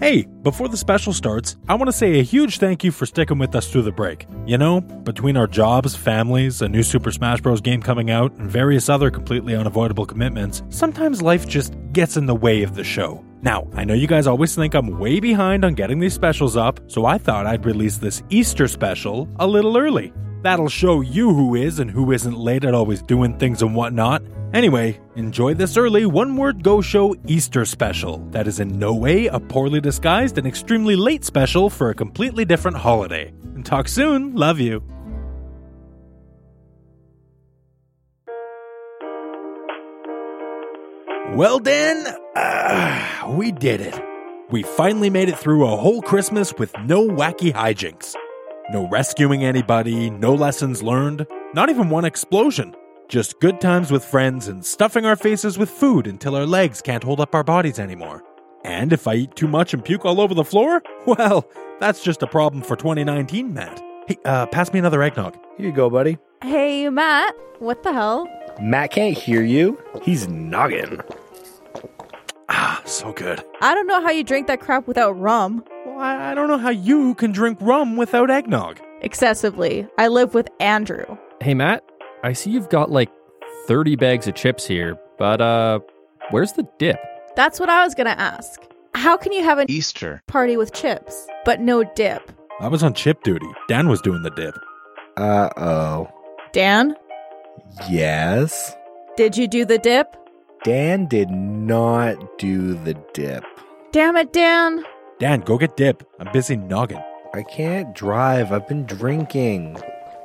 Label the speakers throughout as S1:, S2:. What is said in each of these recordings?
S1: Hey, before the special starts, I want to say a huge thank you for sticking with us through the break. You know, between our jobs, families, a new Super Smash Bros. game coming out, and various other completely unavoidable commitments, sometimes life just gets in the way of the show. Now, I know you guys always think I'm way behind on getting these specials up, so I thought I'd release this Easter special a little early. That'll show you who is and who isn't late at always doing things and whatnot. Anyway, enjoy this early One Word Go Show Easter special that is in no way a poorly disguised and extremely late special for a completely different holiday. And talk soon, love you. Well, then, ah, we did it. We finally made it through a whole Christmas with no wacky hijinks. No rescuing anybody, no lessons learned, not even one explosion. Just good times with friends and stuffing our faces with food until our legs can't hold up our bodies anymore. And if I eat too much and puke all over the floor, well, that's just a problem for 2019, Matt. Hey, uh, pass me another eggnog.
S2: Here you go, buddy.
S3: Hey, Matt, what the hell?
S2: Matt can't hear you. He's noggin.
S1: Ah, so good.
S3: I don't know how you drink that crap without rum.
S1: Well, I, I don't know how you can drink rum without eggnog.
S3: Excessively. I live with Andrew.
S4: Hey, Matt, I see you've got like 30 bags of chips here, but uh, where's the dip?
S3: That's what I was gonna ask. How can you have a
S5: Easter.
S3: party with chips, but no dip?
S1: I was on chip duty. Dan was doing the dip.
S2: Uh oh.
S3: Dan,
S2: Yes.
S3: did you do the dip?
S2: Dan did not do the dip.
S3: Damn it, Dan.
S1: Dan, go get dip. I'm busy noggin.
S2: I can't drive. I've been drinking.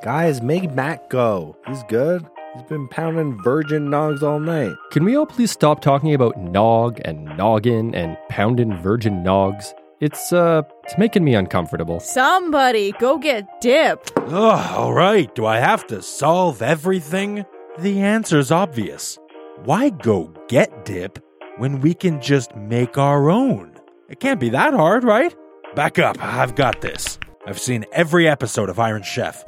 S2: Guys, make Matt go. He's good. He's been pounding virgin nogs all night.
S4: Can we all please stop talking about nog and noggin and poundin' virgin nogs? It's uh, it's making me uncomfortable.
S3: Somebody go get dip.
S1: Ugh, all right. Do I have to solve everything? The answer's obvious. Why go get dip when we can just make our own? It can't be that hard, right? Back up. I've got this. I've seen every episode of Iron Chef.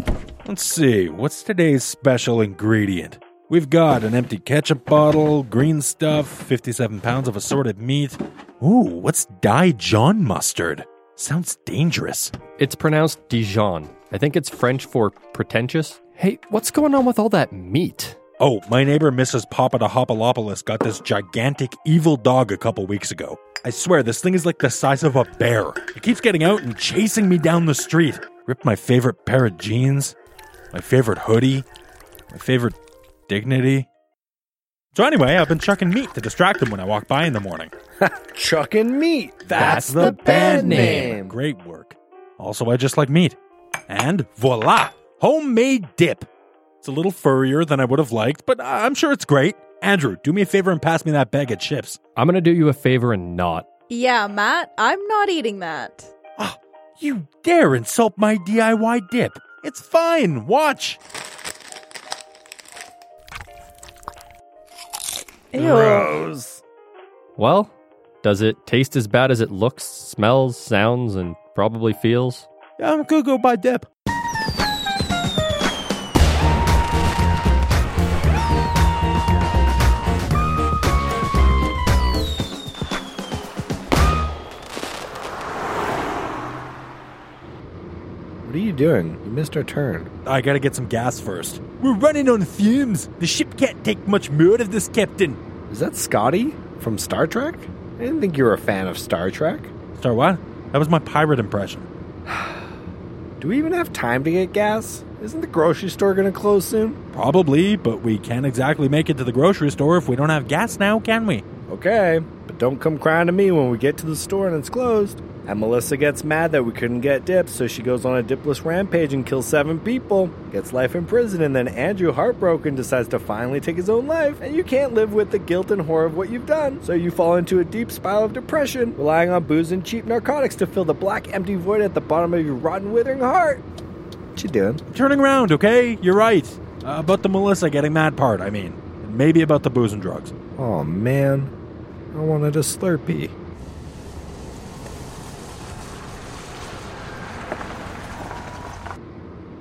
S1: Let's see. What's today's special ingredient? We've got an empty ketchup bottle, green stuff, 57 pounds of assorted meat. Ooh, what's Dijon mustard? Sounds dangerous.
S4: It's pronounced Dijon. I think it's French for pretentious. Hey, what's going on with all that meat?
S1: Oh, my neighbor Mrs. Papadahopalopoulos got this gigantic evil dog a couple weeks ago. I swear, this thing is like the size of a bear. It keeps getting out and chasing me down the street. Ripped my favorite pair of jeans, my favorite hoodie, my favorite dignity. So, anyway, I've been chucking meat to distract him when I walk by in the morning.
S2: Chucking meat.
S4: That's the band
S2: name.
S1: Great work. Also, I just like meat. And voila! Homemade dip. It's a little furrier than I would have liked, but I- I'm sure it's great. Andrew, do me a favor and pass me that bag of chips.
S4: I'm gonna do you a favor and not.
S3: Yeah, Matt, I'm not eating that.
S1: You dare insult my DIY dip. It's fine. Watch.
S3: Ew.
S2: Gross.
S4: Well, does it taste as bad as it looks, smells, sounds, and probably feels?
S1: I'm gonna go buy dip.
S2: What are you doing? You missed our turn.
S1: I gotta get some gas first. We're running on fumes. The ship can't take much more of this, Captain.
S2: Is that Scotty from Star Trek? I didn't think you were a fan of Star Trek.
S1: Star, what? That was my pirate impression.
S2: Do we even have time to get gas? Isn't the grocery store going to close soon?
S1: Probably, but we can't exactly make it to the grocery store if we don't have gas now, can we?
S2: Okay, but don't come crying to me when we get to the store and it's closed. And Melissa gets mad that we couldn't get dips, so she goes on a dipless rampage and kills seven people, gets life in prison, and then Andrew, heartbroken, decides to finally take his own life. And you can't live with the guilt and horror of what you've done, so you fall into a deep spiral of depression, relying on booze and cheap narcotics to fill the black, empty void at the bottom of your rotten, withering heart. What you doing?
S1: Turning around, okay? You're right. Uh, about the Melissa getting mad part, I mean. And maybe about the booze and drugs.
S2: Oh man, I wanted a Slurpee.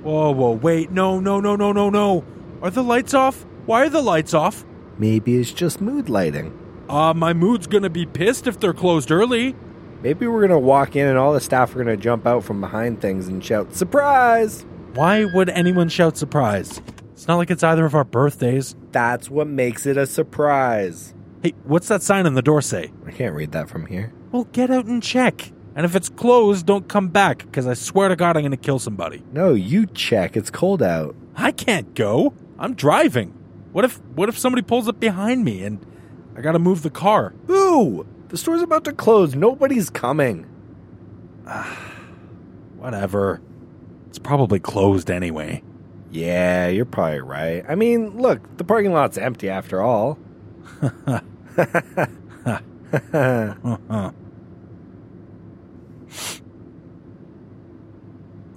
S1: Whoa, whoa, wait. No, no, no, no, no, no. Are the lights off? Why are the lights off?
S2: Maybe it's just mood lighting.
S1: Uh, my mood's gonna be pissed if they're closed early.
S2: Maybe we're gonna walk in and all the staff are gonna jump out from behind things and shout, Surprise!
S1: Why would anyone shout surprise? It's not like it's either of our birthdays.
S2: That's what makes it a surprise.
S1: Hey, what's that sign on the door say?
S2: I can't read that from here.
S1: Well, get out and check. And if it's closed, don't come back, because I swear to God I'm going to kill somebody.
S2: No, you check. It's cold out.
S1: I can't go. I'm driving. What if what if somebody pulls up behind me and I got to move the car?
S2: Boo! The store's about to close. Nobody's coming.
S1: Whatever. It's probably closed anyway.
S2: Yeah, you're probably right. I mean, look, the parking lot's empty after all.
S1: Uh-huh.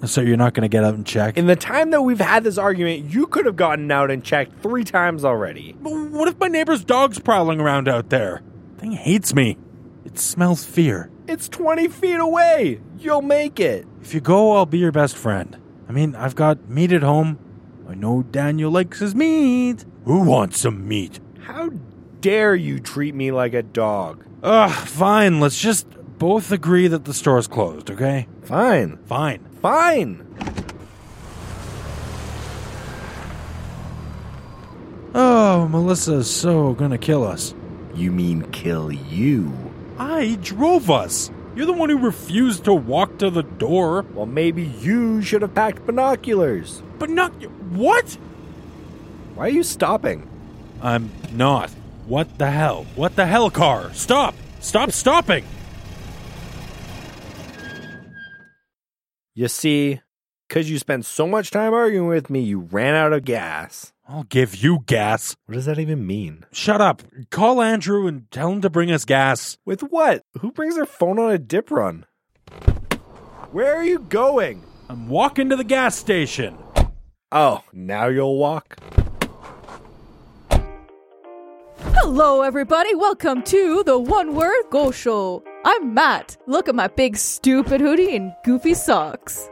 S1: so you're not going to get out and check?
S2: In the time that we've had this argument, you could have gotten out and checked three times already.
S1: But what if my neighbor's dog's prowling around out there? Thing hates me. It smells fear.
S2: It's 20 feet away. You'll make it.
S1: If you go, I'll be your best friend. I mean, I've got meat at home. I know Daniel likes his meat. Who wants some meat?
S2: How dare you treat me like a dog?
S1: Ugh, fine. Let's just both agree that the store's closed, okay?
S2: Fine.
S1: Fine.
S2: Fine.
S1: Oh, Melissa's so gonna kill us.
S2: You mean kill you?
S1: I drove us. You're the one who refused to walk to the door.
S2: Well, maybe you should have packed binoculars.
S1: But not. What?
S2: Why are you stopping?
S1: I'm not. What the hell? What the hell, car? Stop! Stop stopping!
S2: You see, because you spent so much time arguing with me, you ran out of gas.
S1: I'll give you gas.
S2: What does that even mean?
S1: Shut up. Call Andrew and tell him to bring us gas.
S2: With what? Who brings their phone on a dip run? Where are you going?
S1: I'm walking to the gas station.
S2: Oh, now you'll walk?
S3: Hello, everybody. Welcome to the One Word Go Show. I'm Matt. Look at my big, stupid hoodie and goofy socks.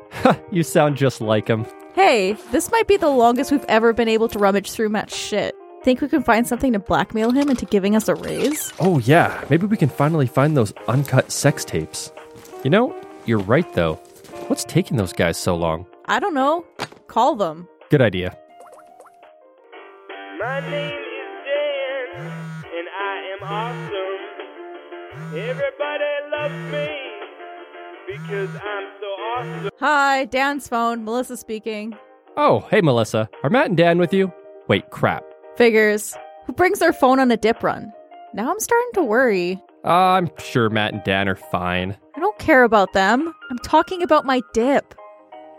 S4: You sound just like him.
S3: Hey, this might be the longest we've ever been able to rummage through Matt's shit. Think we can find something to blackmail him into giving us a raise?
S4: Oh, yeah. Maybe we can finally find those uncut sex tapes. You know, you're right, though. What's taking those guys so long?
S3: I don't know. Call them.
S4: Good idea.
S5: My name is Dan, and I am awesome. Everybody loves me because I'm so awesome.
S3: Hi, Dan's phone. Melissa speaking.
S4: Oh, hey, Melissa. Are Matt and Dan with you? Wait, crap.
S3: Figures. Who brings their phone on a dip run? Now I'm starting to worry.
S4: I'm sure Matt and Dan are fine.
S3: I don't care about them. I'm talking about my dip.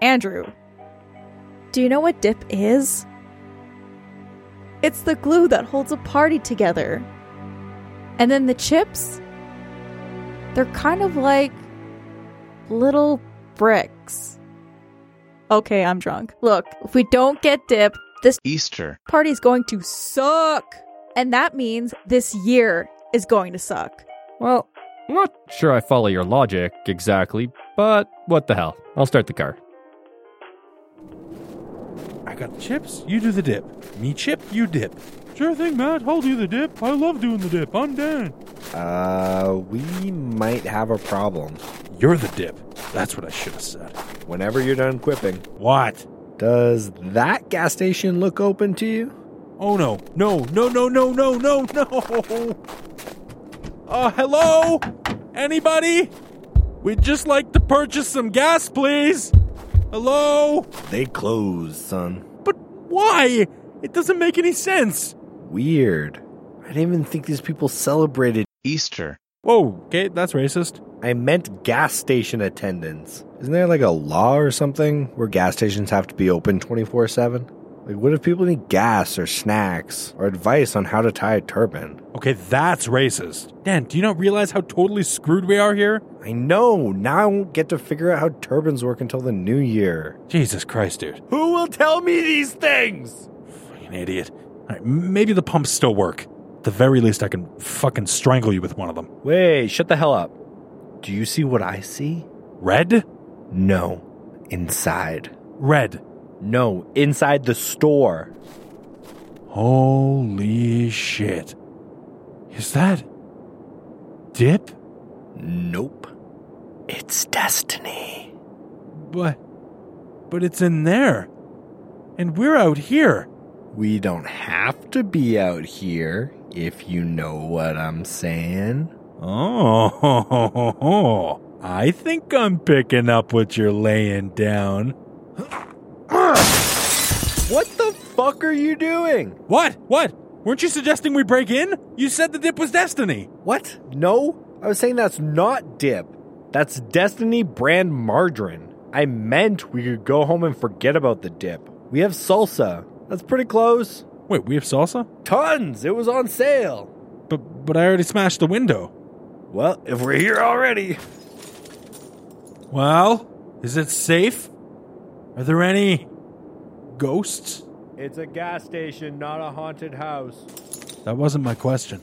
S3: Andrew, do you know what dip is? It's the glue that holds a party together. And then the chips, they're kind of like little bricks. Okay, I'm drunk. Look, if we don't get dip, this
S6: Easter.
S3: party's going to suck. And that means this year is going to suck.
S4: Well, I'm not sure I follow your logic exactly, but what the hell? I'll start the car.
S1: I got the chips. You do the dip. Me chip, you dip. Sure thing, Matt. I'll do the dip. I love doing the dip. I'm Dan.
S2: Uh, we might have a problem.
S1: You're the dip. That's what I should have said.
S2: Whenever you're done quipping,
S1: What?
S2: does that gas station look open to you?
S1: Oh no. No, no, no, no, no, no, no. Uh, hello? Anybody? We'd just like to purchase some gas, please. Hello?
S2: They closed, son.
S1: But why? It doesn't make any sense.
S2: Weird. I didn't even think these people celebrated.
S6: Easter.
S1: Whoa, okay, that's racist.
S2: I meant gas station attendance. Isn't there like a law or something where gas stations have to be open 24 7? Like, what if people need gas or snacks or advice on how to tie a turban?
S1: Okay, that's racist. Dan, do you not realize how totally screwed we are here?
S2: I know, now I won't get to figure out how turbans work until the new year.
S1: Jesus Christ, dude.
S2: Who will tell me these things?
S1: Fucking idiot. All right, m- maybe the pumps still work. At the very least, I can fucking strangle you with one of them.
S2: Wait, shut the hell up. Do you see what I see?
S1: Red?
S2: No, inside.
S1: Red.
S2: No, inside the store.
S1: Holy shit. Is that. Dip?
S2: Nope. It's destiny.
S1: But. But it's in there. And we're out here.
S2: We don't have to be out here, if you know what I'm saying.
S1: Oh, I think I'm picking up what you're laying down.
S2: What the fuck are you doing?
S1: What? What? Weren't you suggesting we break in? You said the dip was destiny.
S2: What? No, I was saying that's not dip. That's Destiny brand margarine. I meant we could go home and forget about the dip. We have salsa. That's pretty close.
S1: Wait, we have salsa?
S2: Tons. It was on sale.
S1: But but I already smashed the window.
S2: Well, if we're here already.
S1: Well, is it safe? Are there any ghosts?
S2: It's a gas station, not a haunted house.
S1: That wasn't my question.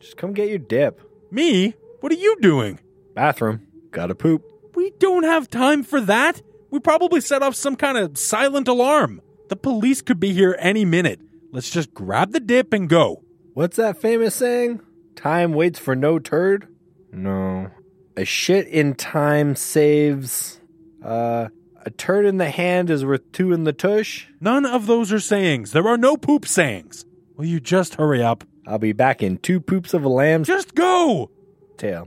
S2: Just come get your dip.
S1: Me? What are you doing?
S2: Bathroom. Gotta poop.
S1: We don't have time for that. We probably set off some kind of silent alarm. The police could be here any minute. Let's just grab the dip and go.
S2: What's that famous saying? Time waits for no turd? No. A shit in time saves. Uh, a turd in the hand is worth two in the tush.
S1: None of those are sayings. There are no poop sayings. Will you just hurry up?
S2: I'll be back in two poops of a lamb's
S1: Just go!
S2: tail.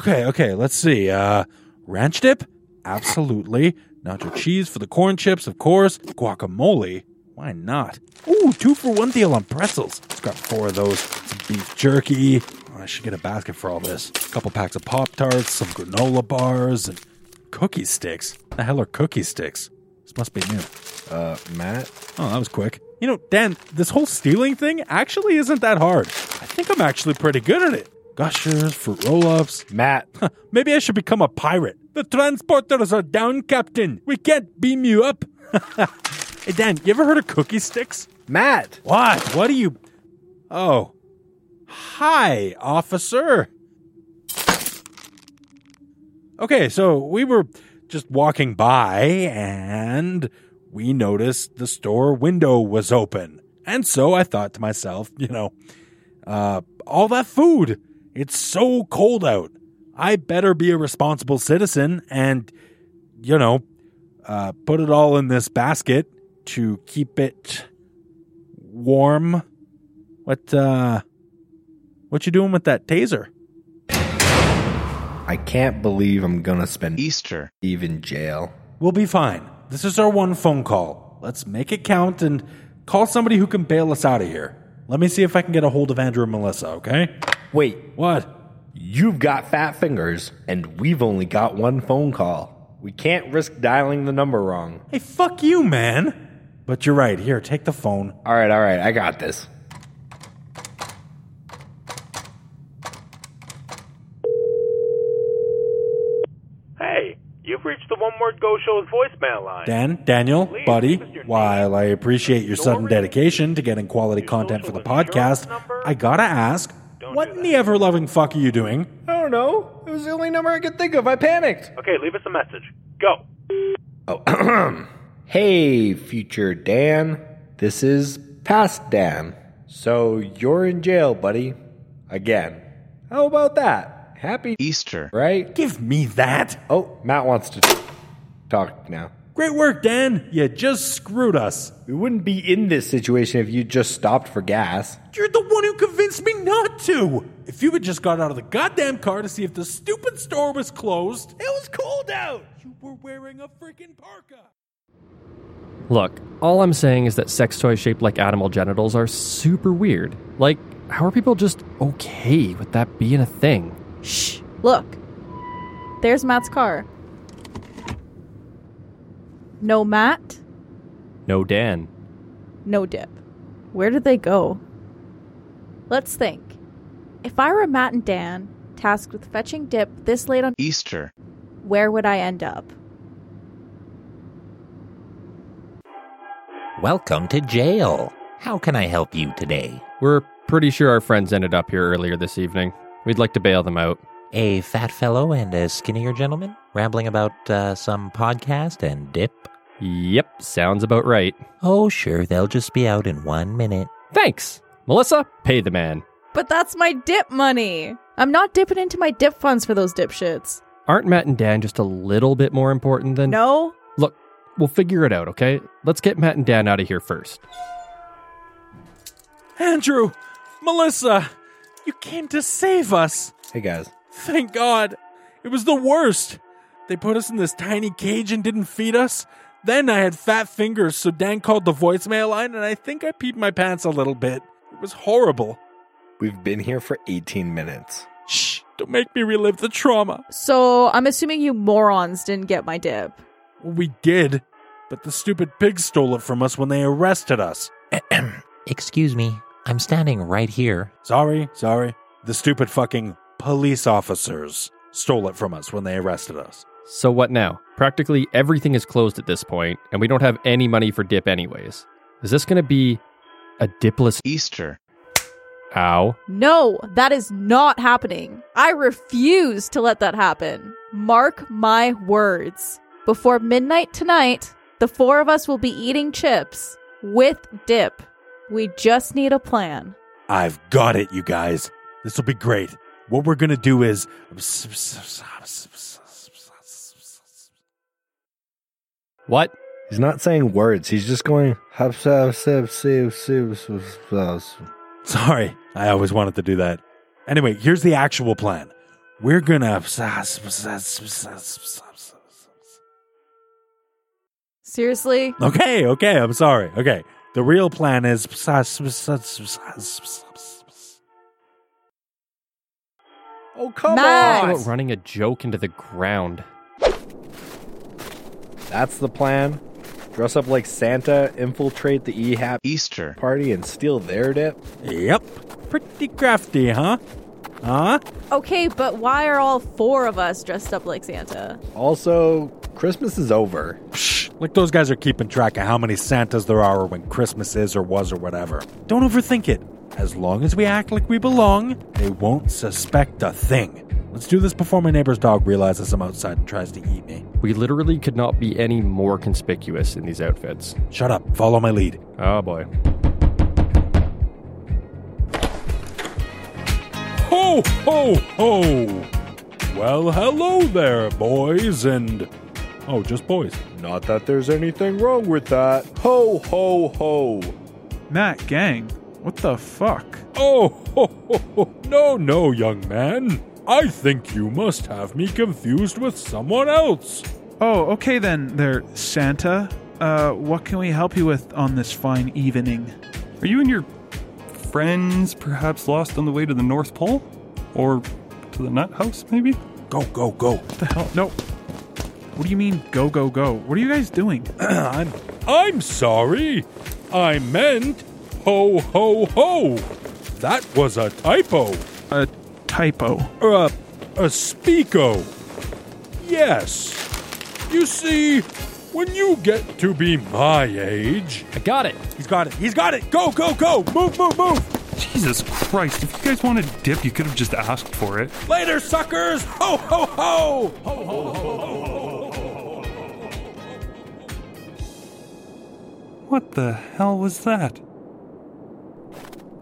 S1: Okay, okay, let's see. Uh, ranch dip? Absolutely. Nacho cheese for the corn chips, of course. Guacamole? Why not? Ooh, two for one deal on pretzels. It's got four of those. Some beef jerky. Oh, I should get a basket for all this. A couple packs of Pop Tarts, some granola bars, and cookie sticks. The hell are cookie sticks? This must be new.
S2: Uh, Matt?
S1: Oh, that was quick. You know, Dan, this whole stealing thing actually isn't that hard. I think I'm actually pretty good at it. Gushers, fruit roll ups.
S2: Matt.
S1: Maybe I should become a pirate. The transporters are down, Captain. We can't beam you up. hey, Dan, you ever heard of cookie sticks?
S2: Matt!
S1: What? What do you. Oh. Hi, officer. Okay, so we were just walking by and we noticed the store window was open. And so I thought to myself, you know, uh, all that food, it's so cold out. I better be a responsible citizen and, you know, uh, put it all in this basket to keep it warm. What uh what you doing with that taser?
S2: I can't believe I'm gonna spend
S6: Easter.
S2: Eve in jail.
S1: We'll be fine. This is our one phone call. Let's make it count and call somebody who can bail us out of here. Let me see if I can get a hold of Andrew and Melissa, okay?
S2: Wait,
S1: What?
S2: you've got fat fingers, and we've only got one phone call. We can't risk dialing the number wrong.
S1: Hey, fuck you, man. But you're right. Here, take the phone.
S2: All right, all right, I got this.
S5: Hey, you've reached the One Word Go Show's voicemail line.
S1: Dan, Daniel, buddy, while I appreciate your sudden dedication to getting quality content for the podcast, I gotta ask, what in the ever loving fuck are you doing?
S2: I don't know. It was the only number I could think of. I panicked.
S5: Okay, leave us a message. Go.
S2: Oh, hey, future Dan. This is past Dan. So you're in jail, buddy. Again. How about that? Happy,
S6: Easter.
S2: right?
S1: Give me that.
S2: Oh, Matt wants to talk now.
S1: Great work, Dan. You just screwed us.
S2: We wouldn't be in this situation if you just stopped for gas.
S1: You're the one who convinced me not to. If you had just got out of the goddamn car to see if the stupid store was closed, it was cold out. You were wearing a freaking parka.
S4: Look, all I'm saying is that sex toys shaped like animal genitals are super weird. Like, how are people just okay with that being a thing?
S3: Shh, look. There's Matt's car. No Matt,
S4: No, Dan.
S3: no dip. Where did they go? Let's think. If I were Matt and Dan, tasked with fetching dip this late on,
S6: Easter.
S3: where would I end up?
S7: Welcome to jail. How can I help you today?
S4: We're pretty sure our friends ended up here earlier this evening. We'd like to bail them out.
S7: A fat fellow and a skinnier gentleman rambling about uh, some podcast and dip?
S4: Yep, sounds about right.
S7: Oh, sure, they'll just be out in one minute.
S4: Thanks! Melissa, pay the man.
S3: But that's my dip money. I'm not dipping into my dip funds for those dipshits.
S4: Aren't Matt and Dan just a little bit more important than.
S3: No?
S4: We'll figure it out, okay? Let's get Matt and Dan out of here first.
S1: Andrew, Melissa, you came to save us.
S2: Hey guys,
S1: Thank God. It was the worst. They put us in this tiny cage and didn't feed us. Then I had fat fingers, so Dan called the voicemail line, and I think I peed my pants a little bit. It was horrible.
S2: we've been here for 18 minutes.
S1: Shh, don't make me relive the trauma.
S3: So I'm assuming you morons didn't get my dip.
S1: We did, but the stupid pigs stole it from us when they arrested us.
S7: Excuse me, I'm standing right here.
S1: Sorry, sorry. The stupid fucking police officers stole it from us when they arrested us.
S4: So what now? Practically everything is closed at this point, and we don't have any money for dip, anyways. Is this going to be a dipless
S6: Easter.
S4: ow?
S3: No, that is not happening. I refuse to let that happen. Mark my words. Before midnight tonight, the four of us will be eating chips with dip. We just need a plan.
S1: I've got it, you guys. This will be great. What we're gonna do is.
S4: What?
S2: He's not saying words. He's just going. "Hup, sup, sup, sup, sup, sup, sup, sup."
S1: Sorry, I always wanted to do that. Anyway, here's the actual plan. We're gonna.
S3: Seriously?
S1: Okay, okay, I'm sorry. Okay, the real plan is.
S2: Oh come
S3: Max.
S4: Talk about running a joke into the ground.
S2: on! That's the plan. Dress up like Santa, infiltrate the EHAP
S6: Easter.
S2: party, and steal their dip.
S1: Yep, pretty crafty, huh? Huh?
S3: Okay, but why are all four of us dressed up like Santa?
S2: Also, Christmas is over.
S1: Psh, like those guys are keeping track of how many Santas there are or when Christmas is or was or whatever. Don't overthink it. As long as we act like we belong, they won't suspect a thing. Let's do this before my neighbor's dog realizes I'm outside and tries to eat me.
S4: We literally could not be any more conspicuous in these outfits.
S1: Shut up, follow my lead.
S4: Oh boy.
S1: Ho, ho, ho! Well, hello there, boys and. Oh, just boys.
S2: Not that there's anything wrong with that. Ho, ho, ho.
S8: Matt Gang, what the fuck?
S1: Oh, ho, ho, ho. no, no, young man. I think you must have me confused with someone else.
S8: Oh, okay then, there, Santa. Uh, what can we help you with on this fine evening?
S9: Are you and your friends perhaps lost on the way to the North Pole? Or to the Nut House, maybe?
S1: Go, go, go.
S8: What the hell? No. What do you mean, go, go, go? What are you guys doing?
S1: I'm I'm sorry. I meant ho ho ho. That was a typo.
S8: A typo.
S1: Uh, a speako. Yes. You see, when you get to be my age,
S4: I got it.
S1: he's got it. He's got it. Go go go. Move move move.
S9: Jesus Christ, if you guys wanted dip, you could have just asked for it.
S1: Later, suckers. Ho ho ho.
S9: What the hell was that?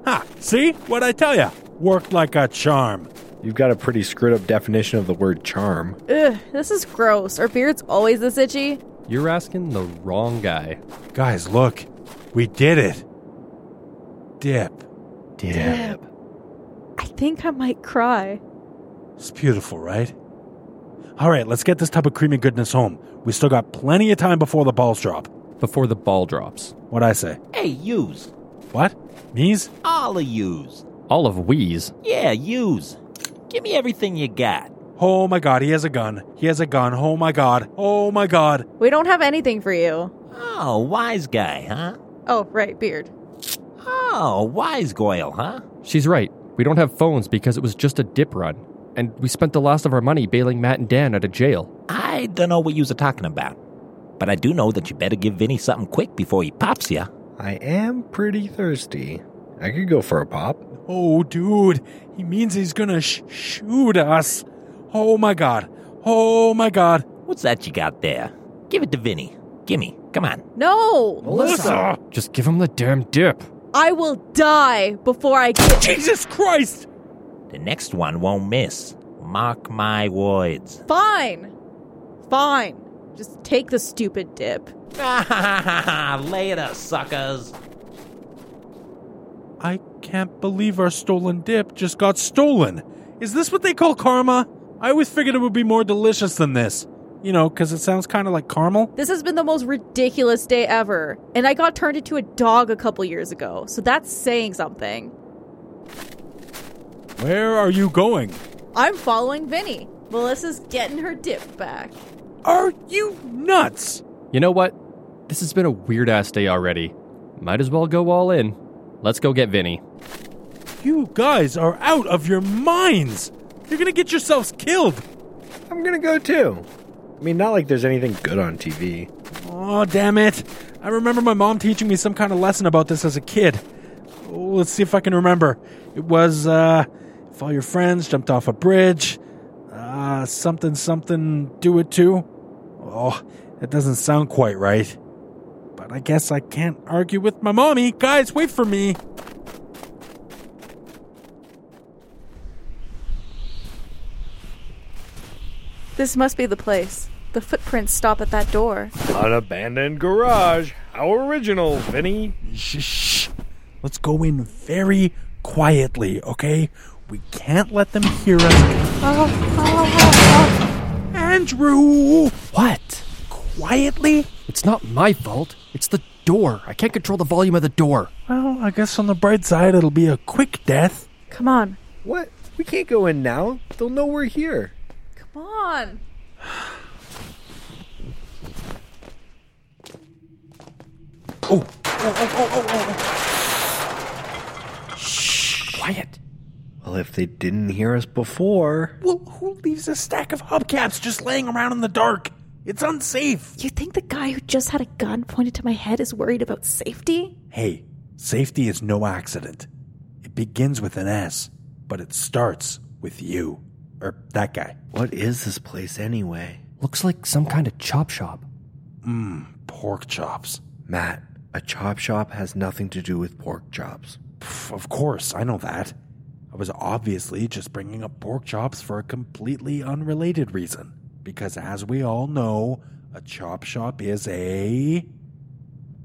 S1: Ha. See what I tell ya? Worked like a charm.
S2: You've got a pretty screwed up definition of the word charm.
S3: Ugh, this is gross. Are beards always this itchy?
S4: You're asking the wrong guy.
S1: Guys, look. We did it. Dip.
S3: Dip. I think I might cry.
S1: It's beautiful, right? All right, let's get this tub of creamy goodness home. We still got plenty of time before the balls drop.
S4: Before the ball drops.
S1: What'd I say?
S6: Hey, use.
S1: What? Knees?
S6: All of use.
S4: All of we's.
S6: Yeah, use. Give me everything you got.
S1: Oh my god, he has a gun. He has a gun. Oh my god. Oh my god.
S3: We don't have anything for you.
S6: Oh, wise guy, huh?
S3: Oh, right, beard.
S6: Oh, wise goyle, huh?
S4: She's right. We don't have phones because it was just a dip run. And we spent the last of our money bailing Matt and Dan out of jail.
S6: I don't know what you are talking about, but I do know that you better give Vinny something quick before he pops you.
S2: I am pretty thirsty. I could go for a pop.
S1: Oh, dude. He means he's gonna sh- shoot us. Oh my god. Oh my god.
S6: What's that you got there? Give it to Vinny. Gimme. Come on.
S3: No!
S2: Melissa!
S4: Just give him the damn dip.
S3: I will die before I get.
S1: Jesus Christ!
S6: The next one won't miss. Mark my words.
S3: Fine. Fine. Just take the stupid dip.
S6: Later, suckers.
S1: I can't believe our stolen dip just got stolen. Is this what they call karma? I always figured it would be more delicious than this. You know, because it sounds kind of like caramel.
S3: This has been the most ridiculous day ever, and I got turned into a dog a couple years ago, so that's saying something.
S1: Where are you going?
S3: I'm following Vinny. Melissa's getting her dip back.
S1: Are you nuts?
S4: You know what? This has been a weird ass day already. Might as well go all in. Let's go get Vinny.
S1: You guys are out of your minds. You're going to get yourselves killed.
S2: I'm gonna go too. I mean, not like there's anything good on TV.
S1: Oh, damn it. I remember my mom teaching me some kind of lesson about this as a kid. Oh, let's see if I can remember. It was, uh, if all your friends jumped off a bridge, uh, something, something, do it too. Oh, that doesn't sound quite right. But I guess I can't argue with my mommy. Guys, wait for me.
S3: This must be the place. The footprints stop at that door.
S2: An abandoned garage. How original, Vinny.
S1: Shh, shh. Let's go in very quietly, okay? We can't let them hear us. Andrew!
S4: What?
S1: Quietly?
S4: It's not my fault. It's the door. I can't control the volume of the door.
S1: Well, I guess on the bright side, it'll be a quick death.
S3: Come on.
S2: What? We can't go in now. They'll know we're here.
S3: Come on.
S1: Oh, oh, oh, oh, oh, oh,
S4: Quiet.
S2: Well, if they didn't hear us before.
S1: oh. Well, who leaves a stack of hubcaps just laying around in the dark? It's unsafe.
S3: You think the guy who just had a gun pointed to my head is worried about safety?
S1: Hey, safety is no accident. It begins with an S, but it starts with you. Or that guy.
S2: What is this place anyway?
S4: Looks like some kind of chop shop.
S1: Pork chops.
S2: Matt, a chop shop has nothing to do with pork chops.
S1: Pff, of course, I know that. I was obviously just bringing up pork chops for a completely unrelated reason. Because as we all know, a chop shop is a.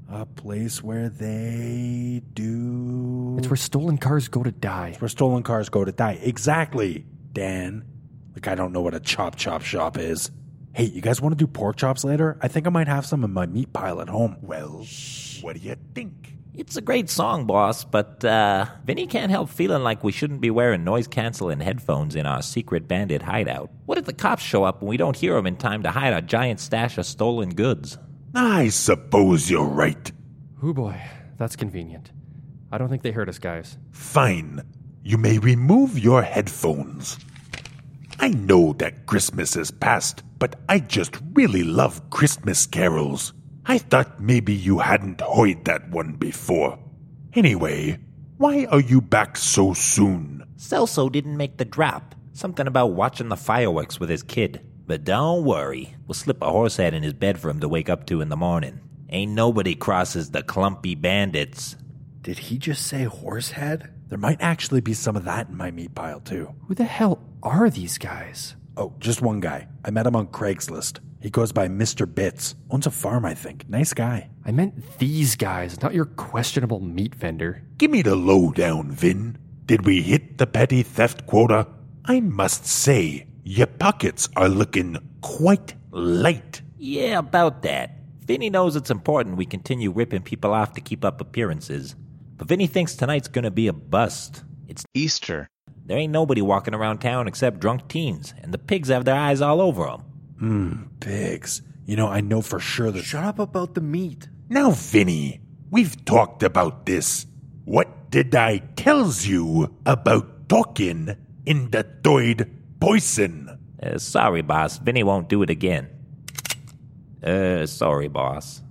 S1: a place where they do.
S4: It's where stolen cars go to die.
S1: It's where stolen cars go to die. Exactly, Dan. Like, I don't know what a chop chop shop is. Hey, you guys want to do pork chops later? I think I might have some in my meat pile at home. Well, what do you think?
S6: It's a great song, boss, but uh, Vinny can't help feeling like we shouldn't be wearing noise canceling headphones in our secret bandit hideout. What if the cops show up and we don't hear them in time to hide our giant stash of stolen goods?
S1: I suppose you're right.
S4: Oh boy, that's convenient. I don't think they heard us, guys.
S10: Fine. You may remove your headphones. I know that Christmas is past, but I just really love Christmas carols. I thought maybe you hadn't heard that one before. Anyway, why are you back so soon?
S6: Celso didn't make the drop. Something about watching the fireworks with his kid. But don't worry, we'll slip a horse head in his bed for him to wake up to in the morning. Ain't nobody crosses the clumpy bandits.
S2: Did he just say horsehead?
S1: There might actually be some of that in my meat pile, too.
S4: Who the hell are these guys?
S1: Oh, just one guy. I met him on Craigslist. He goes by Mr. Bits. Owns a farm, I think. Nice guy.
S4: I meant these guys, not your questionable meat vendor.
S10: Give me the lowdown, Vin. Did we hit the petty theft quota? I must say, your pockets are looking quite light.
S6: Yeah, about that. Vinny knows it's important we continue ripping people off to keep up appearances. But Vinny thinks tonight's gonna be a bust. It's
S11: Easter.
S6: there ain't nobody walking around town except drunk teens, and the pigs have their eyes all over 'em.
S1: Pigs. You know, I know for sure that.
S2: Shut up about the meat.
S10: Now, Vinny, we've talked about this. What did I tells you about talking in the third poison?
S6: Uh, sorry, boss. Vinny won't do it again. Uh, sorry, boss.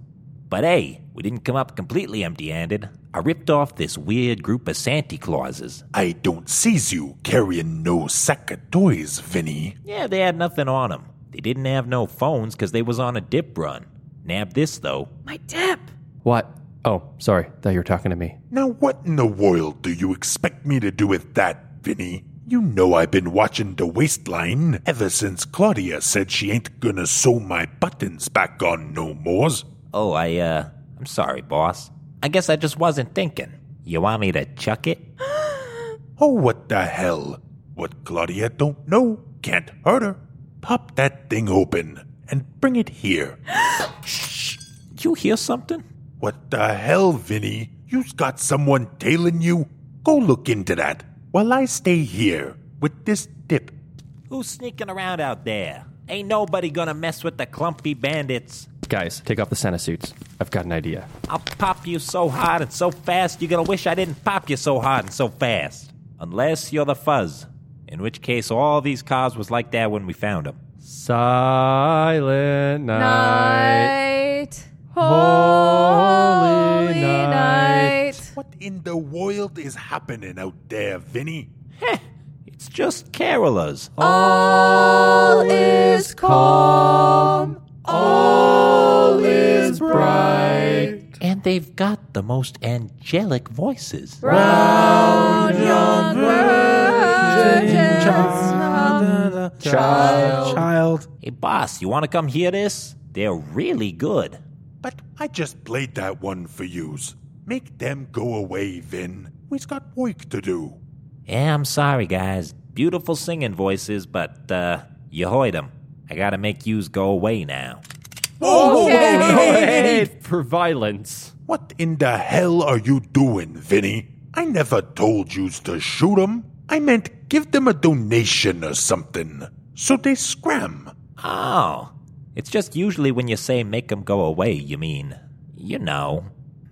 S6: But hey, we didn't come up completely empty handed. I ripped off this weird group of Santa Clauses.
S10: I don't sees you carrying no sack of toys, Vinny.
S6: Yeah, they had nothing on 'em. They didn't have no phones 'cause they was on a dip run. Nab this, though.
S3: My dip!
S4: What? Oh, sorry. Thought you were talking to me.
S10: Now, what in the world do you expect me to do with that, Vinny? You know I've been watching the waistline ever since Claudia said she ain't gonna sew my buttons back on no mores.
S6: Oh, I, uh, I'm sorry, boss. I guess I just wasn't thinking. You want me to chuck it?
S10: Oh, what the hell? What Claudia don't know can't hurt her. Pop that thing open and bring it here.
S6: Did you hear something?
S10: What the hell, Vinny? You've got someone tailing you? Go look into that while I stay here with this dip.
S6: Who's sneaking around out there? Ain't nobody gonna mess with the clumpy bandits.
S4: Guys, take off the Santa suits. I've got an idea.
S6: I'll pop you so hard and so fast, you're gonna wish I didn't pop you so hard and so fast. Unless you're the fuzz, in which case all these cars was like that when we found them.
S4: Silent night.
S3: Night.
S4: Holy
S3: Holy
S4: night.
S3: night.
S10: What in the world is happening out there, Vinny?
S6: It's just carolers.
S3: All is calm. All is
S4: bright.
S6: And they've got the most angelic voices.
S3: Round your virgin child.
S8: Child.
S6: Hey, boss, you wanna come hear this? They're really good.
S10: But I just played that one for yous. Make them go away, Vin. We've got work to do.
S6: Yeah, I'm sorry, guys. Beautiful singing voices, but, uh, you heard 'em. I gotta make yous go away now.
S4: Aid for violence.
S10: What in the hell are you doing, Vinny? I never told yous to shoot 'em. I meant give them a donation or something. So they scram.
S6: Oh. It's just usually when you say make 'em go away, you mean, you know,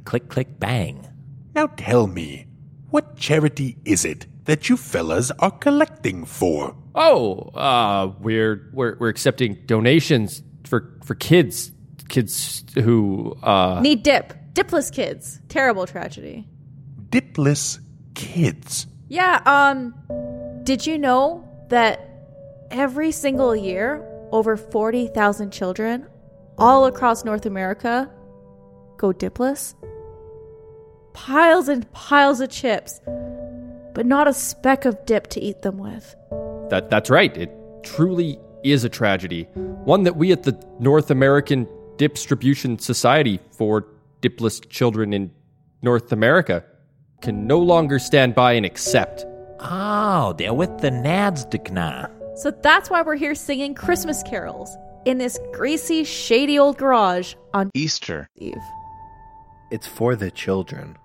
S6: click, click, bang.
S10: Now tell me, what charity is it that you fellas are collecting for?
S4: Oh, uh, we're we're we're accepting donations for for kids, kids who uh
S3: Need dip. Dipless kids. Terrible tragedy.
S10: Dipless kids.
S3: Yeah, um did you know that every single year over 40,000 children all across North America go dipless? Piles and piles of chips, but not a speck of dip to eat them with.
S4: that that's right. It truly is a tragedy, one that we at the North American Distribution Society for Dipless Children in North America can no longer stand by and accept.
S6: Oh, they're with the Nadsdekna.
S3: So that's why we're here singing Christmas carols in this greasy, shady old garage on
S11: Easter.
S3: Eve.
S2: It's for the children.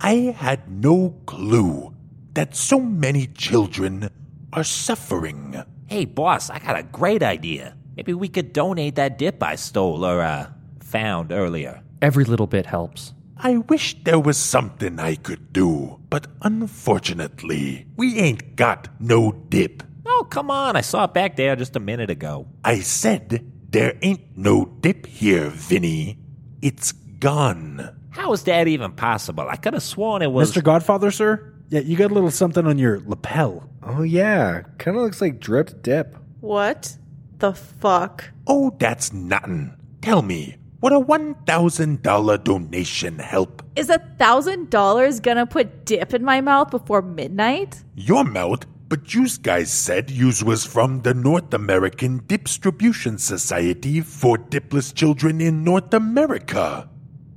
S10: I had no clue that so many children are suffering.
S6: Hey, boss, I got a great idea. Maybe we could donate that dip I stole or, uh, found earlier.
S4: Every little bit helps.
S10: I wish there was something I could do, but unfortunately, we ain't got no dip.
S6: Oh, come on, I saw it back there just a minute ago.
S10: I said there ain't no dip here, Vinny. It's gone.
S6: How is that even possible? I could have sworn it was.
S1: Mr. Godfather, sir? Yeah, you got a little something on your lapel.
S2: Oh, yeah. Kind of looks like dripped dip.
S3: What the fuck?
S10: Oh, that's nothing. Tell me, would a $1,000 donation help?
S3: Is a thousand dollars gonna put dip in my mouth before midnight?
S10: Your mouth, but yous guys said yous was from the North American Distribution Society for Dipless Children in North America.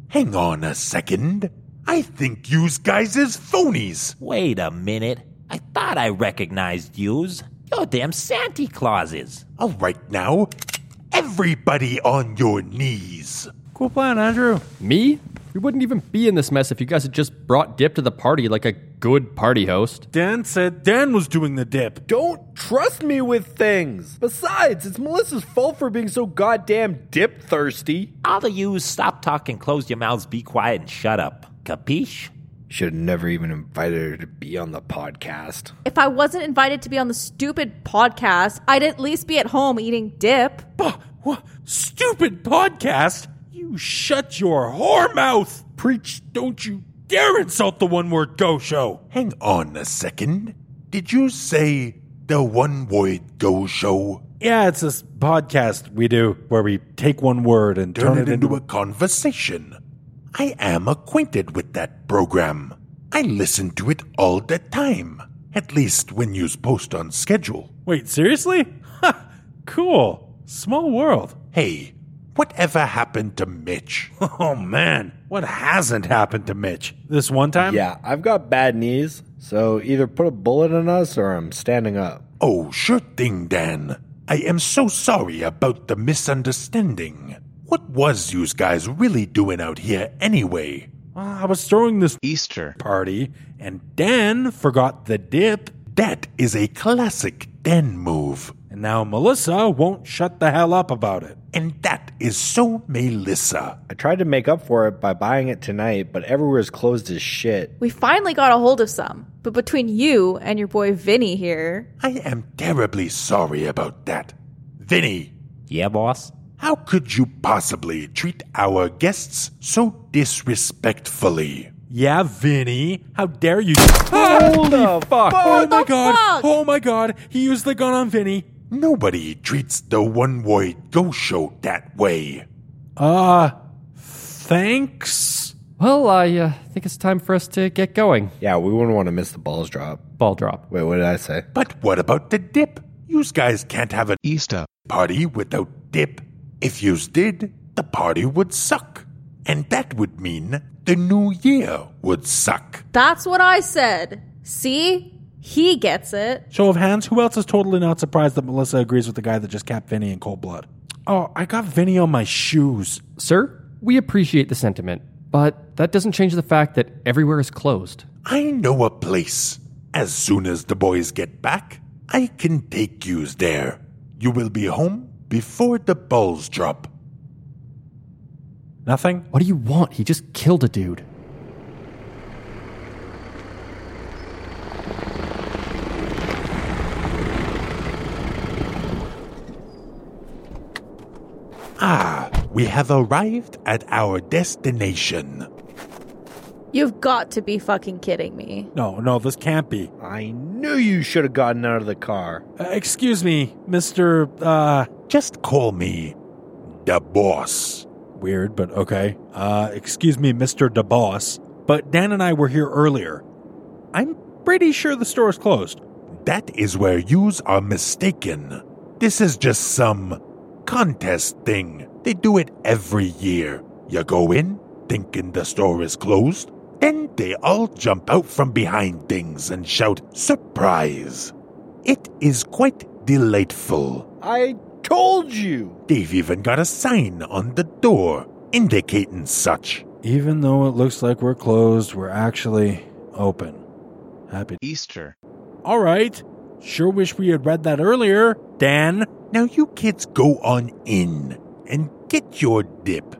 S10: Hang on a second. I think yous guys is phonies.
S6: Wait a minute. I thought I recognized yous. You're damn Santa Clauses.
S10: All right now, everybody on your knees.
S8: Cool plan, Andrew.
S4: Me? We wouldn't even be in this mess if you guys had just brought Dip to the party like a good party host.
S1: Dan said Dan was doing the dip.
S2: Don't trust me with things. Besides, it's Melissa's fault for being so goddamn dip thirsty.
S6: All the yous, stop talking, close your mouths, be quiet, and shut up. Capiche?
S2: Should have never even invited her to be on the podcast.
S3: If I wasn't invited to be on the stupid podcast, I'd at least be at home eating dip.
S1: Bah, wha- stupid podcast! You shut your whore mouth! Preach, don't you dare insult the one word go show!
S10: Hang on a second. Did you say the one word go show?
S1: Yeah, it's this podcast we do where we take one word and
S10: Turn it into a conversation. I am acquainted with that program. I listen to it all the time. At least when you's post on schedule.
S1: Wait, seriously? Ha! Cool. Small world.
S10: Hey, whatever happened to Mitch?
S1: Oh man,
S10: What hasn't happened to Mitch?
S1: this one time?
S2: Yeah, I've got bad knees, so either put a bullet in us or I'm standing up.
S10: Oh, sure thing, Dan. I am so sorry about the misunderstanding. What was yous guys really doing out here anyway?
S1: I was throwing this
S11: Easter.
S1: party, and Dan forgot the dip,
S10: That is a classic Dan move.
S1: and now Melissa won't shut the hell up about it.
S10: And that is so Melissa.
S2: I tried to make up for it by buying it tonight, but everywhere's closed as shit.
S3: We finally got a hold of some, but between you and your boy Vinny here,
S10: I am terribly sorry about that. Vinny,
S6: Yeah, boss?
S10: how could you possibly treat our guests so disrespectfully?
S1: Yeah, Vinny, how dare you? Holy fuck! Oh my god!
S3: fuck?
S1: Oh my god! He used the gun on Vinny.
S10: Nobody treats the one boy go show that way.
S1: Uh, thanks.
S4: Well, I uh, think it's time for us to get going.
S2: Yeah, we wouldn't want to miss the balls drop.
S4: Ball drop.
S2: Wait, what did I say?
S10: But what about the dip? Yous guys can't have a
S11: Easter.
S10: party without dip. If yous did, the party would suck. And that would mean the new year would suck.
S3: that's what I said. See? He gets it.
S1: Show of hands, who else is totally not surprised that Melissa agrees with the guy that just capped Vinny in cold blood? Oh, I got Vinny on my shoes.
S4: Sir, we appreciate the sentiment, but that doesn't change the fact that everywhere is closed.
S10: I know a place. As soon as the boys get back, I can take yous there. You will be home before the balls drop.
S1: Nothing?
S4: What do you want? He just killed a dude.
S10: Ah, we have arrived at our destination.
S3: You've got to be fucking kidding me.
S1: No, no, this can't be.
S2: I knew you should have gotten out of the car.
S1: Uh, excuse me, Mr. Uh,
S10: Just call me the boss.
S1: weird, but okay. Uh, excuse me, Mr. DeBoss, but Dan and I were here earlier. I'm pretty sure the store is closed.
S10: That is where yous are mistaken. This is just some contest thing. They do it every year. You go in, thinking the store is closed, then they all jump out from behind things and shout, Surprise! It is quite delightful.
S2: I told you.
S10: They've even got a sign on the door indicating such.
S1: Even though it looks like we're closed, we're actually open. Happy.
S11: Easter.
S1: All right. Sure wish we had read that earlier, Dan.
S10: Now you kids go on in and get your dip.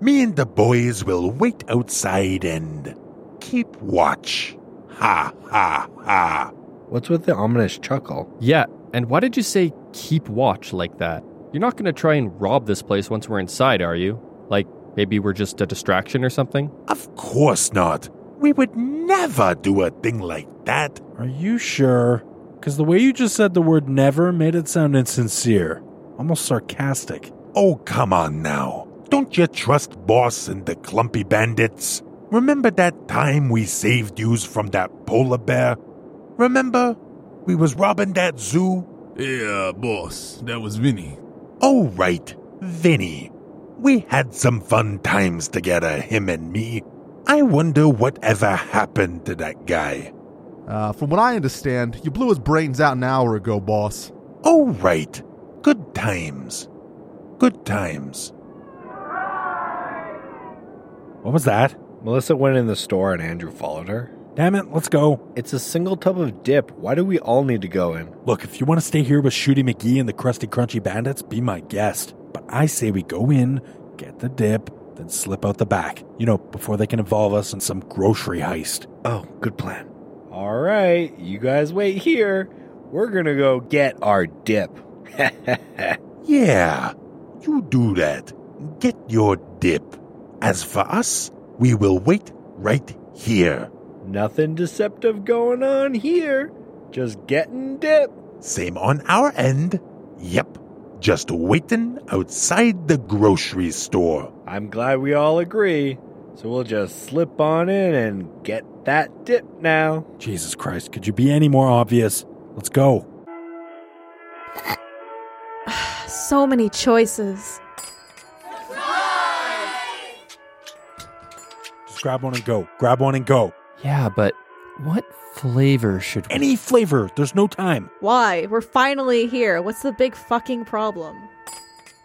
S10: Me and the boys will wait outside and keep watch. Ha ha ha.
S2: What's with the ominous chuckle?
S4: Yeah, and why did you say keep watch like that? You're not going to try and rob this place once we're inside, are you? Like, maybe we're just a distraction or something?
S10: Of course not. We would never do a thing like that.
S1: Are you sure? Because the way you just said the word never made it sound insincere, almost sarcastic.
S10: Oh, come on now. Don't you trust Boss and the clumpy bandits? Remember that time we saved yous from that polar bear? Remember? We was robbing that zoo?
S11: Yeah, boss. That was Vinny.
S10: Oh, right, Vinny. We had some fun times together, him and me. I wonder whatever happened to that guy.
S12: Uh, from what I understand, you blew his brains out an hour ago, boss.
S10: Oh, right, good times. Good times.
S1: What was that?
S2: Melissa went in the store and Andrew followed her.
S1: Damn it, let's go.
S2: It's a single tub of dip. Why do we all need to go in?
S1: Look, if you want to stay here with Shooty McGee and the Krusty Crunchy Bandits, be my guest. But I say we go in, get the dip, then slip out the back. You know, before they can involve us in some grocery heist.
S2: Oh, good plan. All right, you guys wait here. We're gonna go get our dip.
S10: Yeah, you do that. Get your dip. As for us, we will wait right here.
S2: Nothing deceptive going on here. Just getting dip.
S10: Same on our end. Yep, just waiting outside the grocery store.
S2: I'm glad we all agree. So we'll just slip on in and get get that dip now.
S1: Jesus Christ, could you be any more obvious? Let's go.
S3: So many choices.
S1: Just grab one and go. Grab one and go.
S4: Yeah, but what flavor should we?
S1: Any flavor. There's no time.
S3: Why? We're finally here. What's the big fucking problem?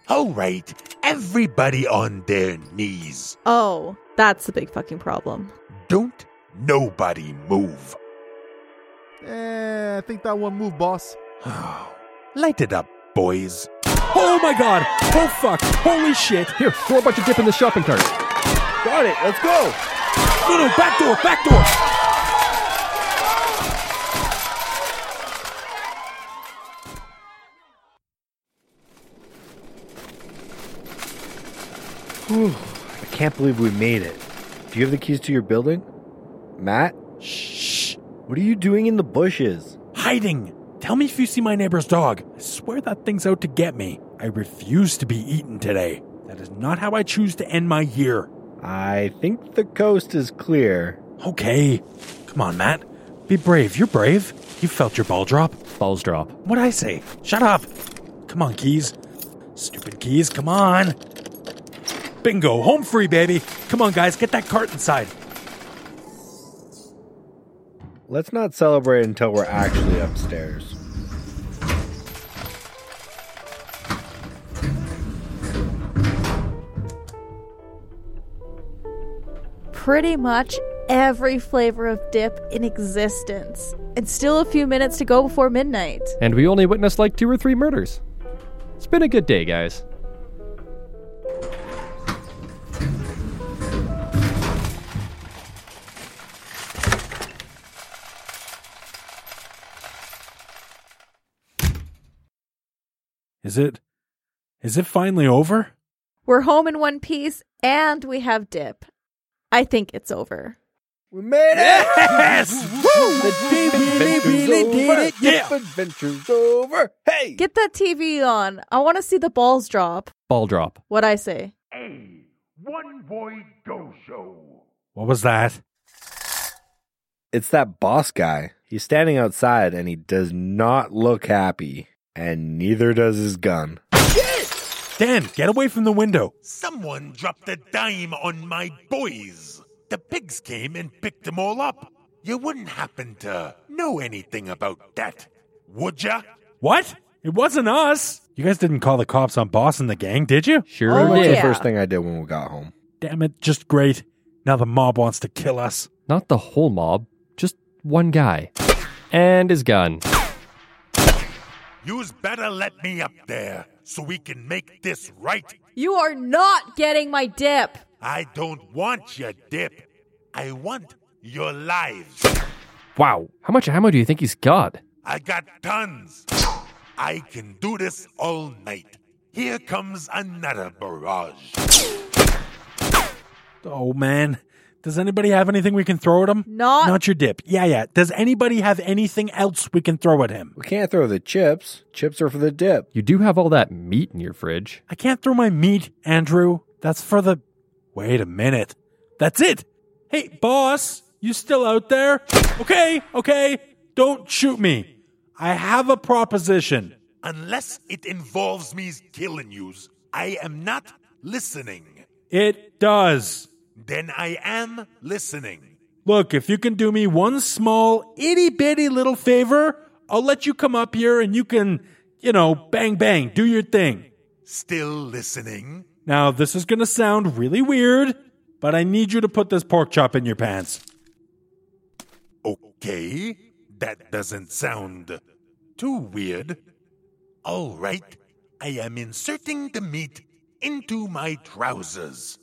S10: All right, everybody on their knees.
S3: Oh, that's the big fucking problem.
S10: Don't nobody move.
S12: Eh, I think that one move, boss.
S10: Light it up, boys.
S1: Oh my god! Oh fuck! Holy shit!
S4: Here, throw a bunch of dip in the shopping cart.
S2: Got it. Let's go.
S1: No, no, back door, back door!
S2: Whew, I can't believe we made it. Do you have the keys to your building? Matt? Shh. What are you doing in the bushes?
S1: Hiding! Tell me if you see my neighbor's dog. I swear that thing's out to get me. I refuse to be eaten today. That is not how I choose to end my year.
S2: I think the coast is clear.
S1: Okay. Come on, Matt. Be brave. You're brave. You felt your ball drop.
S4: Balls drop.
S1: What'd I say? Shut up. Come on, Keys. Stupid Keys, come on. Bingo. Home free, baby. Come on, guys. Get that cart inside.
S2: Let's not celebrate until we're actually upstairs.
S3: Pretty much every flavor of dip in existence. And still a few minutes to go before midnight.
S4: And we only witnessed like two or three murders. It's been a good day, guys.
S1: Is it. Is it finally over?
S3: We're home in one piece and we have dip. I think it's over.
S2: We made it!
S1: Yes!
S2: Woo! The DVD really did it!
S1: Yeah!
S2: Yep, adventure's over! Hey!
S3: Get that TV on. I want to see the balls drop.
S4: Ball drop.
S3: What I say?
S10: A one boy go show.
S1: What was that?
S2: It's that boss guy. He's standing outside and he does not look happy. And neither does his gun.
S1: Dan, get away from the window.
S10: Someone dropped a dime on my boys. The pigs came and picked them all up. You wouldn't happen to know anything about that, would ya?
S1: What? It wasn't us. You guys didn't call the cops on Boss and the gang, did you?
S4: Sure
S3: Oh,
S2: That's
S4: did.
S2: the
S3: yeah.
S2: first thing I did when we got home.
S1: Damn it, just great. Now the mob wants to kill us.
S4: Not the whole mob, just one guy. And his gun.
S10: You's better let me up there so we can make this right.
S3: You are not getting my dip.
S10: I don't want your dip. I want your lives.
S4: Wow. How much ammo do you think he's got?
S10: I got tons. I can do this all night. Here comes another barrage.
S1: Oh, man. Does anybody have anything we can throw at him?
S3: Not-
S1: Not your dip. Yeah, yeah. Does anybody have anything else we can throw at him?
S2: We can't throw the chips. Chips are for the dip.
S4: You do have all that meat in your fridge.
S1: I can't throw my meat, Andrew. That's for the. Wait a minute. That's it. Hey, boss, you still out there? Okay, okay. Don't shoot me. I have a proposition.
S10: Unless it involves me killing yous, I am not listening.
S1: It does.
S10: Then I am listening.
S1: Look, if you can do me one small, itty bitty little favor, I'll let you come up here and you can, you know, bang bang, do your thing.
S10: Still listening?
S1: Now, this is going to sound really weird, but I need you to put this pork chop in your pants.
S10: Okay, that doesn't sound too weird. All right, I am inserting the meat into my trousers.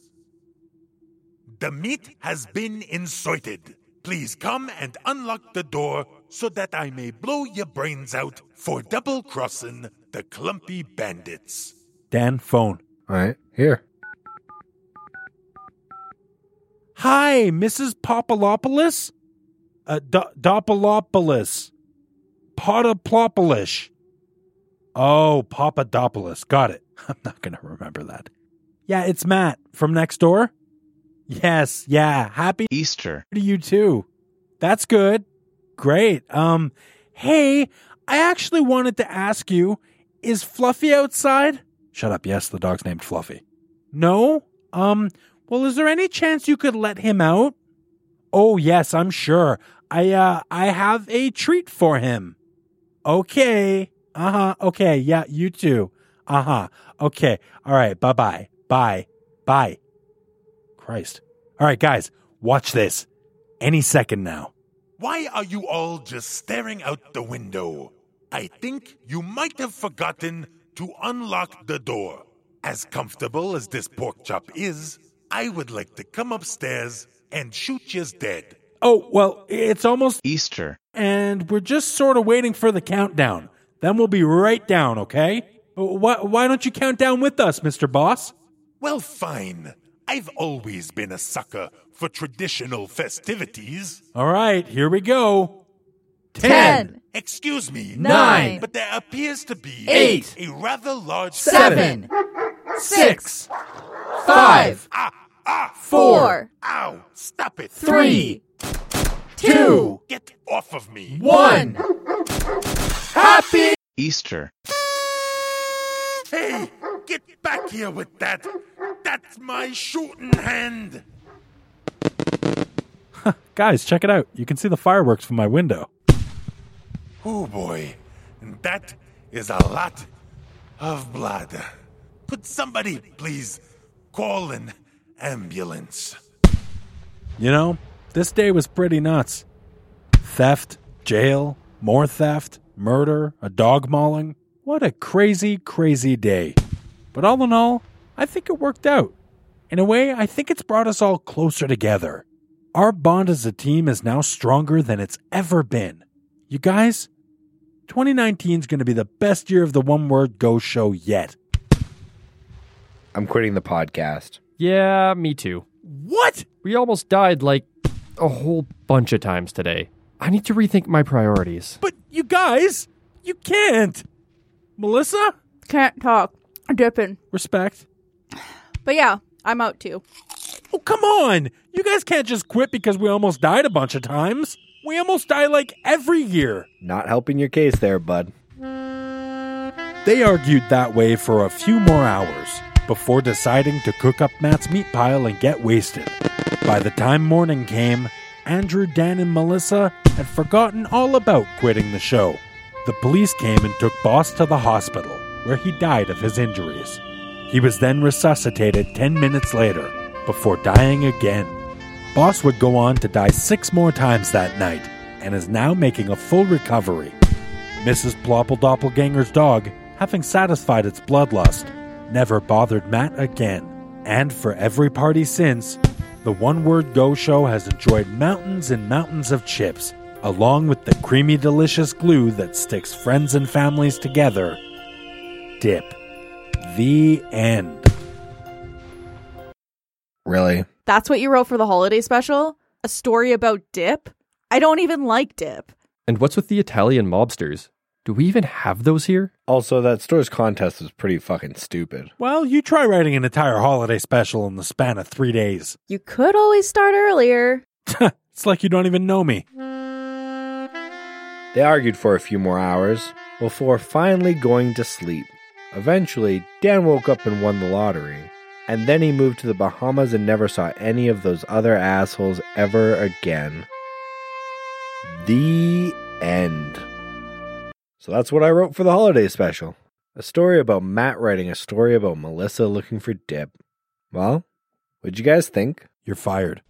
S10: The meat has been inserted. Please come and unlock the door so that I may blow your brains out for double crossing the clumpy bandits.
S1: Dan, phone.
S2: All right, here.
S1: Hi, Mrs. Popolopoulos? Uh, do- Dopolopoulos. Potoplopoulish. Oh, Papadopoulos. Got it. I'm not going to remember that. Yeah, it's Matt from next door. Yes, yeah. Happy
S13: Easter.
S1: to you too. That's good. Great. Um, hey, I actually wanted to ask you is Fluffy outside? Shut up. Yes, the dog's named Fluffy. No? Um, well, is there any chance you could let him out? Oh, yes, I'm sure. I, uh, I have a treat for him. Okay. Uh huh. Okay. Yeah, you too. Uh huh. Okay. All right. Bye bye. Bye. Bye. Christ. All right, guys, watch this. Any second now.
S10: Why are you all just staring out the window? I think you might have forgotten to unlock the door. As comfortable as this pork chop is, I would like to come upstairs and shoot yous dead.
S1: Oh, well, it's almost
S13: Easter.
S1: And we're just sort of waiting for the countdown. Then we'll be right down, okay? Why, why don't you count down with us, Mr. Boss?
S10: Well, fine. I've always been a sucker for traditional festivities.
S1: All right, here we go.
S3: Ten.
S10: Excuse me.
S3: Nine.
S10: But there appears to be
S3: Eight.
S10: a rather large
S3: Seven.
S10: Six.
S3: Five.
S10: Ah, ah,
S3: Four.
S10: Ow, stop it.
S3: Three.
S10: Two. Get off of me.
S3: One.
S10: Happy.
S13: Easter.
S10: Hey, get back here with that. That's my shooting hand.
S1: Guys, check it out. You can see the fireworks from my window.
S10: Oh boy, that is a lot of blood. Could somebody please call an ambulance?
S1: You know, this day was pretty nuts. Theft, jail, more theft, murder, a dog mauling. What a crazy, crazy day. But all in all, I think it worked out. In a way, I think it's brought us all closer together. Our bond as a team is now stronger than it's ever been. You guys, 2019 is going to be the best year of the One Word Go show yet.
S2: I'm quitting the podcast.
S4: Yeah, me too.
S1: What?
S4: We almost died like a whole bunch of times today. I need to rethink my priorities.
S1: But you guys, you can't. Melissa,
S3: Can't talk. Dipping.
S1: respect.
S3: But yeah, I'm out too.
S1: Oh, come on. You guys can't just quit because we almost died a bunch of times. We almost die like every year.
S2: Not helping your case there, bud.
S1: They argued that way for a few more hours before deciding to cook up Matt's meat pile and get wasted. By the time morning came, Andrew, Dan, and Melissa had forgotten all about quitting the show. The police came and took Boss to the hospital, where he died of his injuries. He was then resuscitated 10 minutes later before dying again. Boss would go on to die six more times that night and is now making a full recovery. Mrs. Plopple Doppelganger's dog, having satisfied its bloodlust, never bothered Matt again. And for every party since, the One Word Go Show has enjoyed mountains and mountains of chips, along with the creamy, delicious glue that sticks friends and families together. Dip. The end.
S2: Really?
S3: That's what you wrote for the holiday special? A story about dip? I don't even like dip.
S4: And what's with the Italian mobsters? Do we even have those here?
S2: Also, that store's contest was pretty fucking stupid.
S1: Well, you try writing an entire holiday special in the span of three days.
S3: You could always start earlier.
S1: it's like you don't even know me.
S2: They argued for a few more hours before finally going to sleep. Eventually, Dan woke up and won the lottery, and then he moved to the Bahamas and never saw any of those other assholes ever again. The end. So that's what I wrote for the holiday special. A story about Matt writing a story about Melissa looking for Dip. Well, what'd you guys think?
S1: You're fired.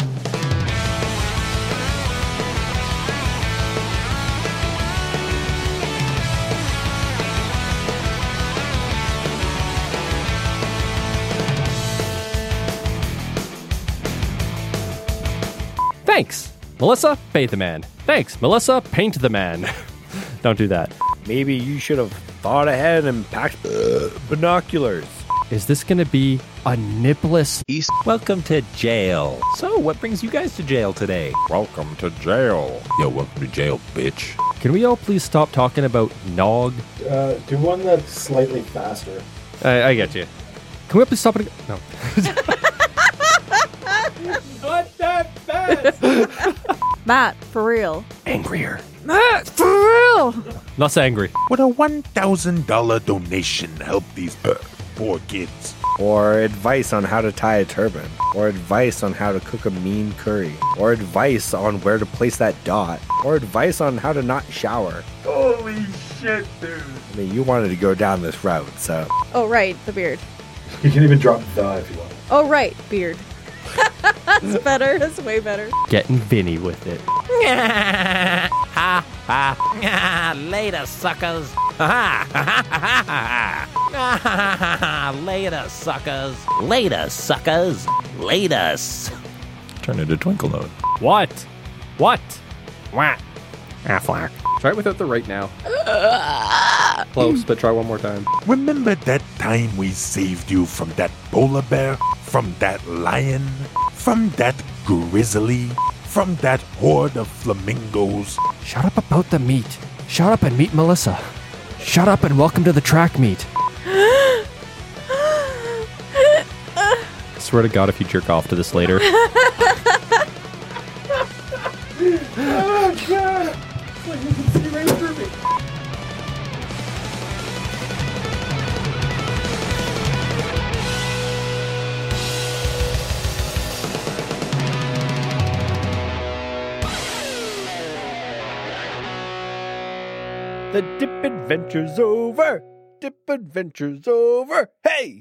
S4: Thanks, Melissa, paint the man. Thanks, Melissa, paint the man. Don't do that.
S2: Maybe you should have thought ahead and packed binoculars.
S4: Is this going to be a e- nipless?
S13: East.
S6: Welcome to jail. So, what brings you guys to jail today?
S13: Welcome to jail. Yo, welcome to jail, bitch.
S4: Can we all please stop talking about nog?
S14: Uh, do one that's slightly faster.
S4: I, I get you. Can we please stop it? No.
S5: Not that fast!
S3: Matt, for real.
S10: Angrier.
S3: Matt, Ah, for real!
S4: Less angry.
S10: Would a $1,000 donation help these uh, poor kids?
S2: Or advice on how to tie a turban. Or advice on how to cook a mean curry. Or advice on where to place that dot. Or advice on how to not shower.
S11: Holy shit, dude.
S2: I mean, you wanted to go down this road, so.
S3: Oh, right, the beard.
S14: You can even drop the if you want.
S3: Oh, right, beard. That's better. That's way better.
S4: Getting Vinny with it.
S6: ha ha. Ah, Later, suckers. Ha ha ha. Later, suckers. Later, suckers. Later.
S13: Turn into Twinkle Note.
S4: What? What?
S13: What? Affleck.
S4: Try it without the right now. Close, but try one more time.
S10: Remember that time we saved you from that polar bear? From that lion? From that grizzly? From that horde of flamingos?
S15: Shut up about the meat. Shut up and meet Melissa. Shut up and welcome to the track meet.
S4: Swear to God, if you jerk off to this later.
S11: oh, God. It's like you can see right through me.
S2: The dip adventure's over. Dip adventure's over. Hey!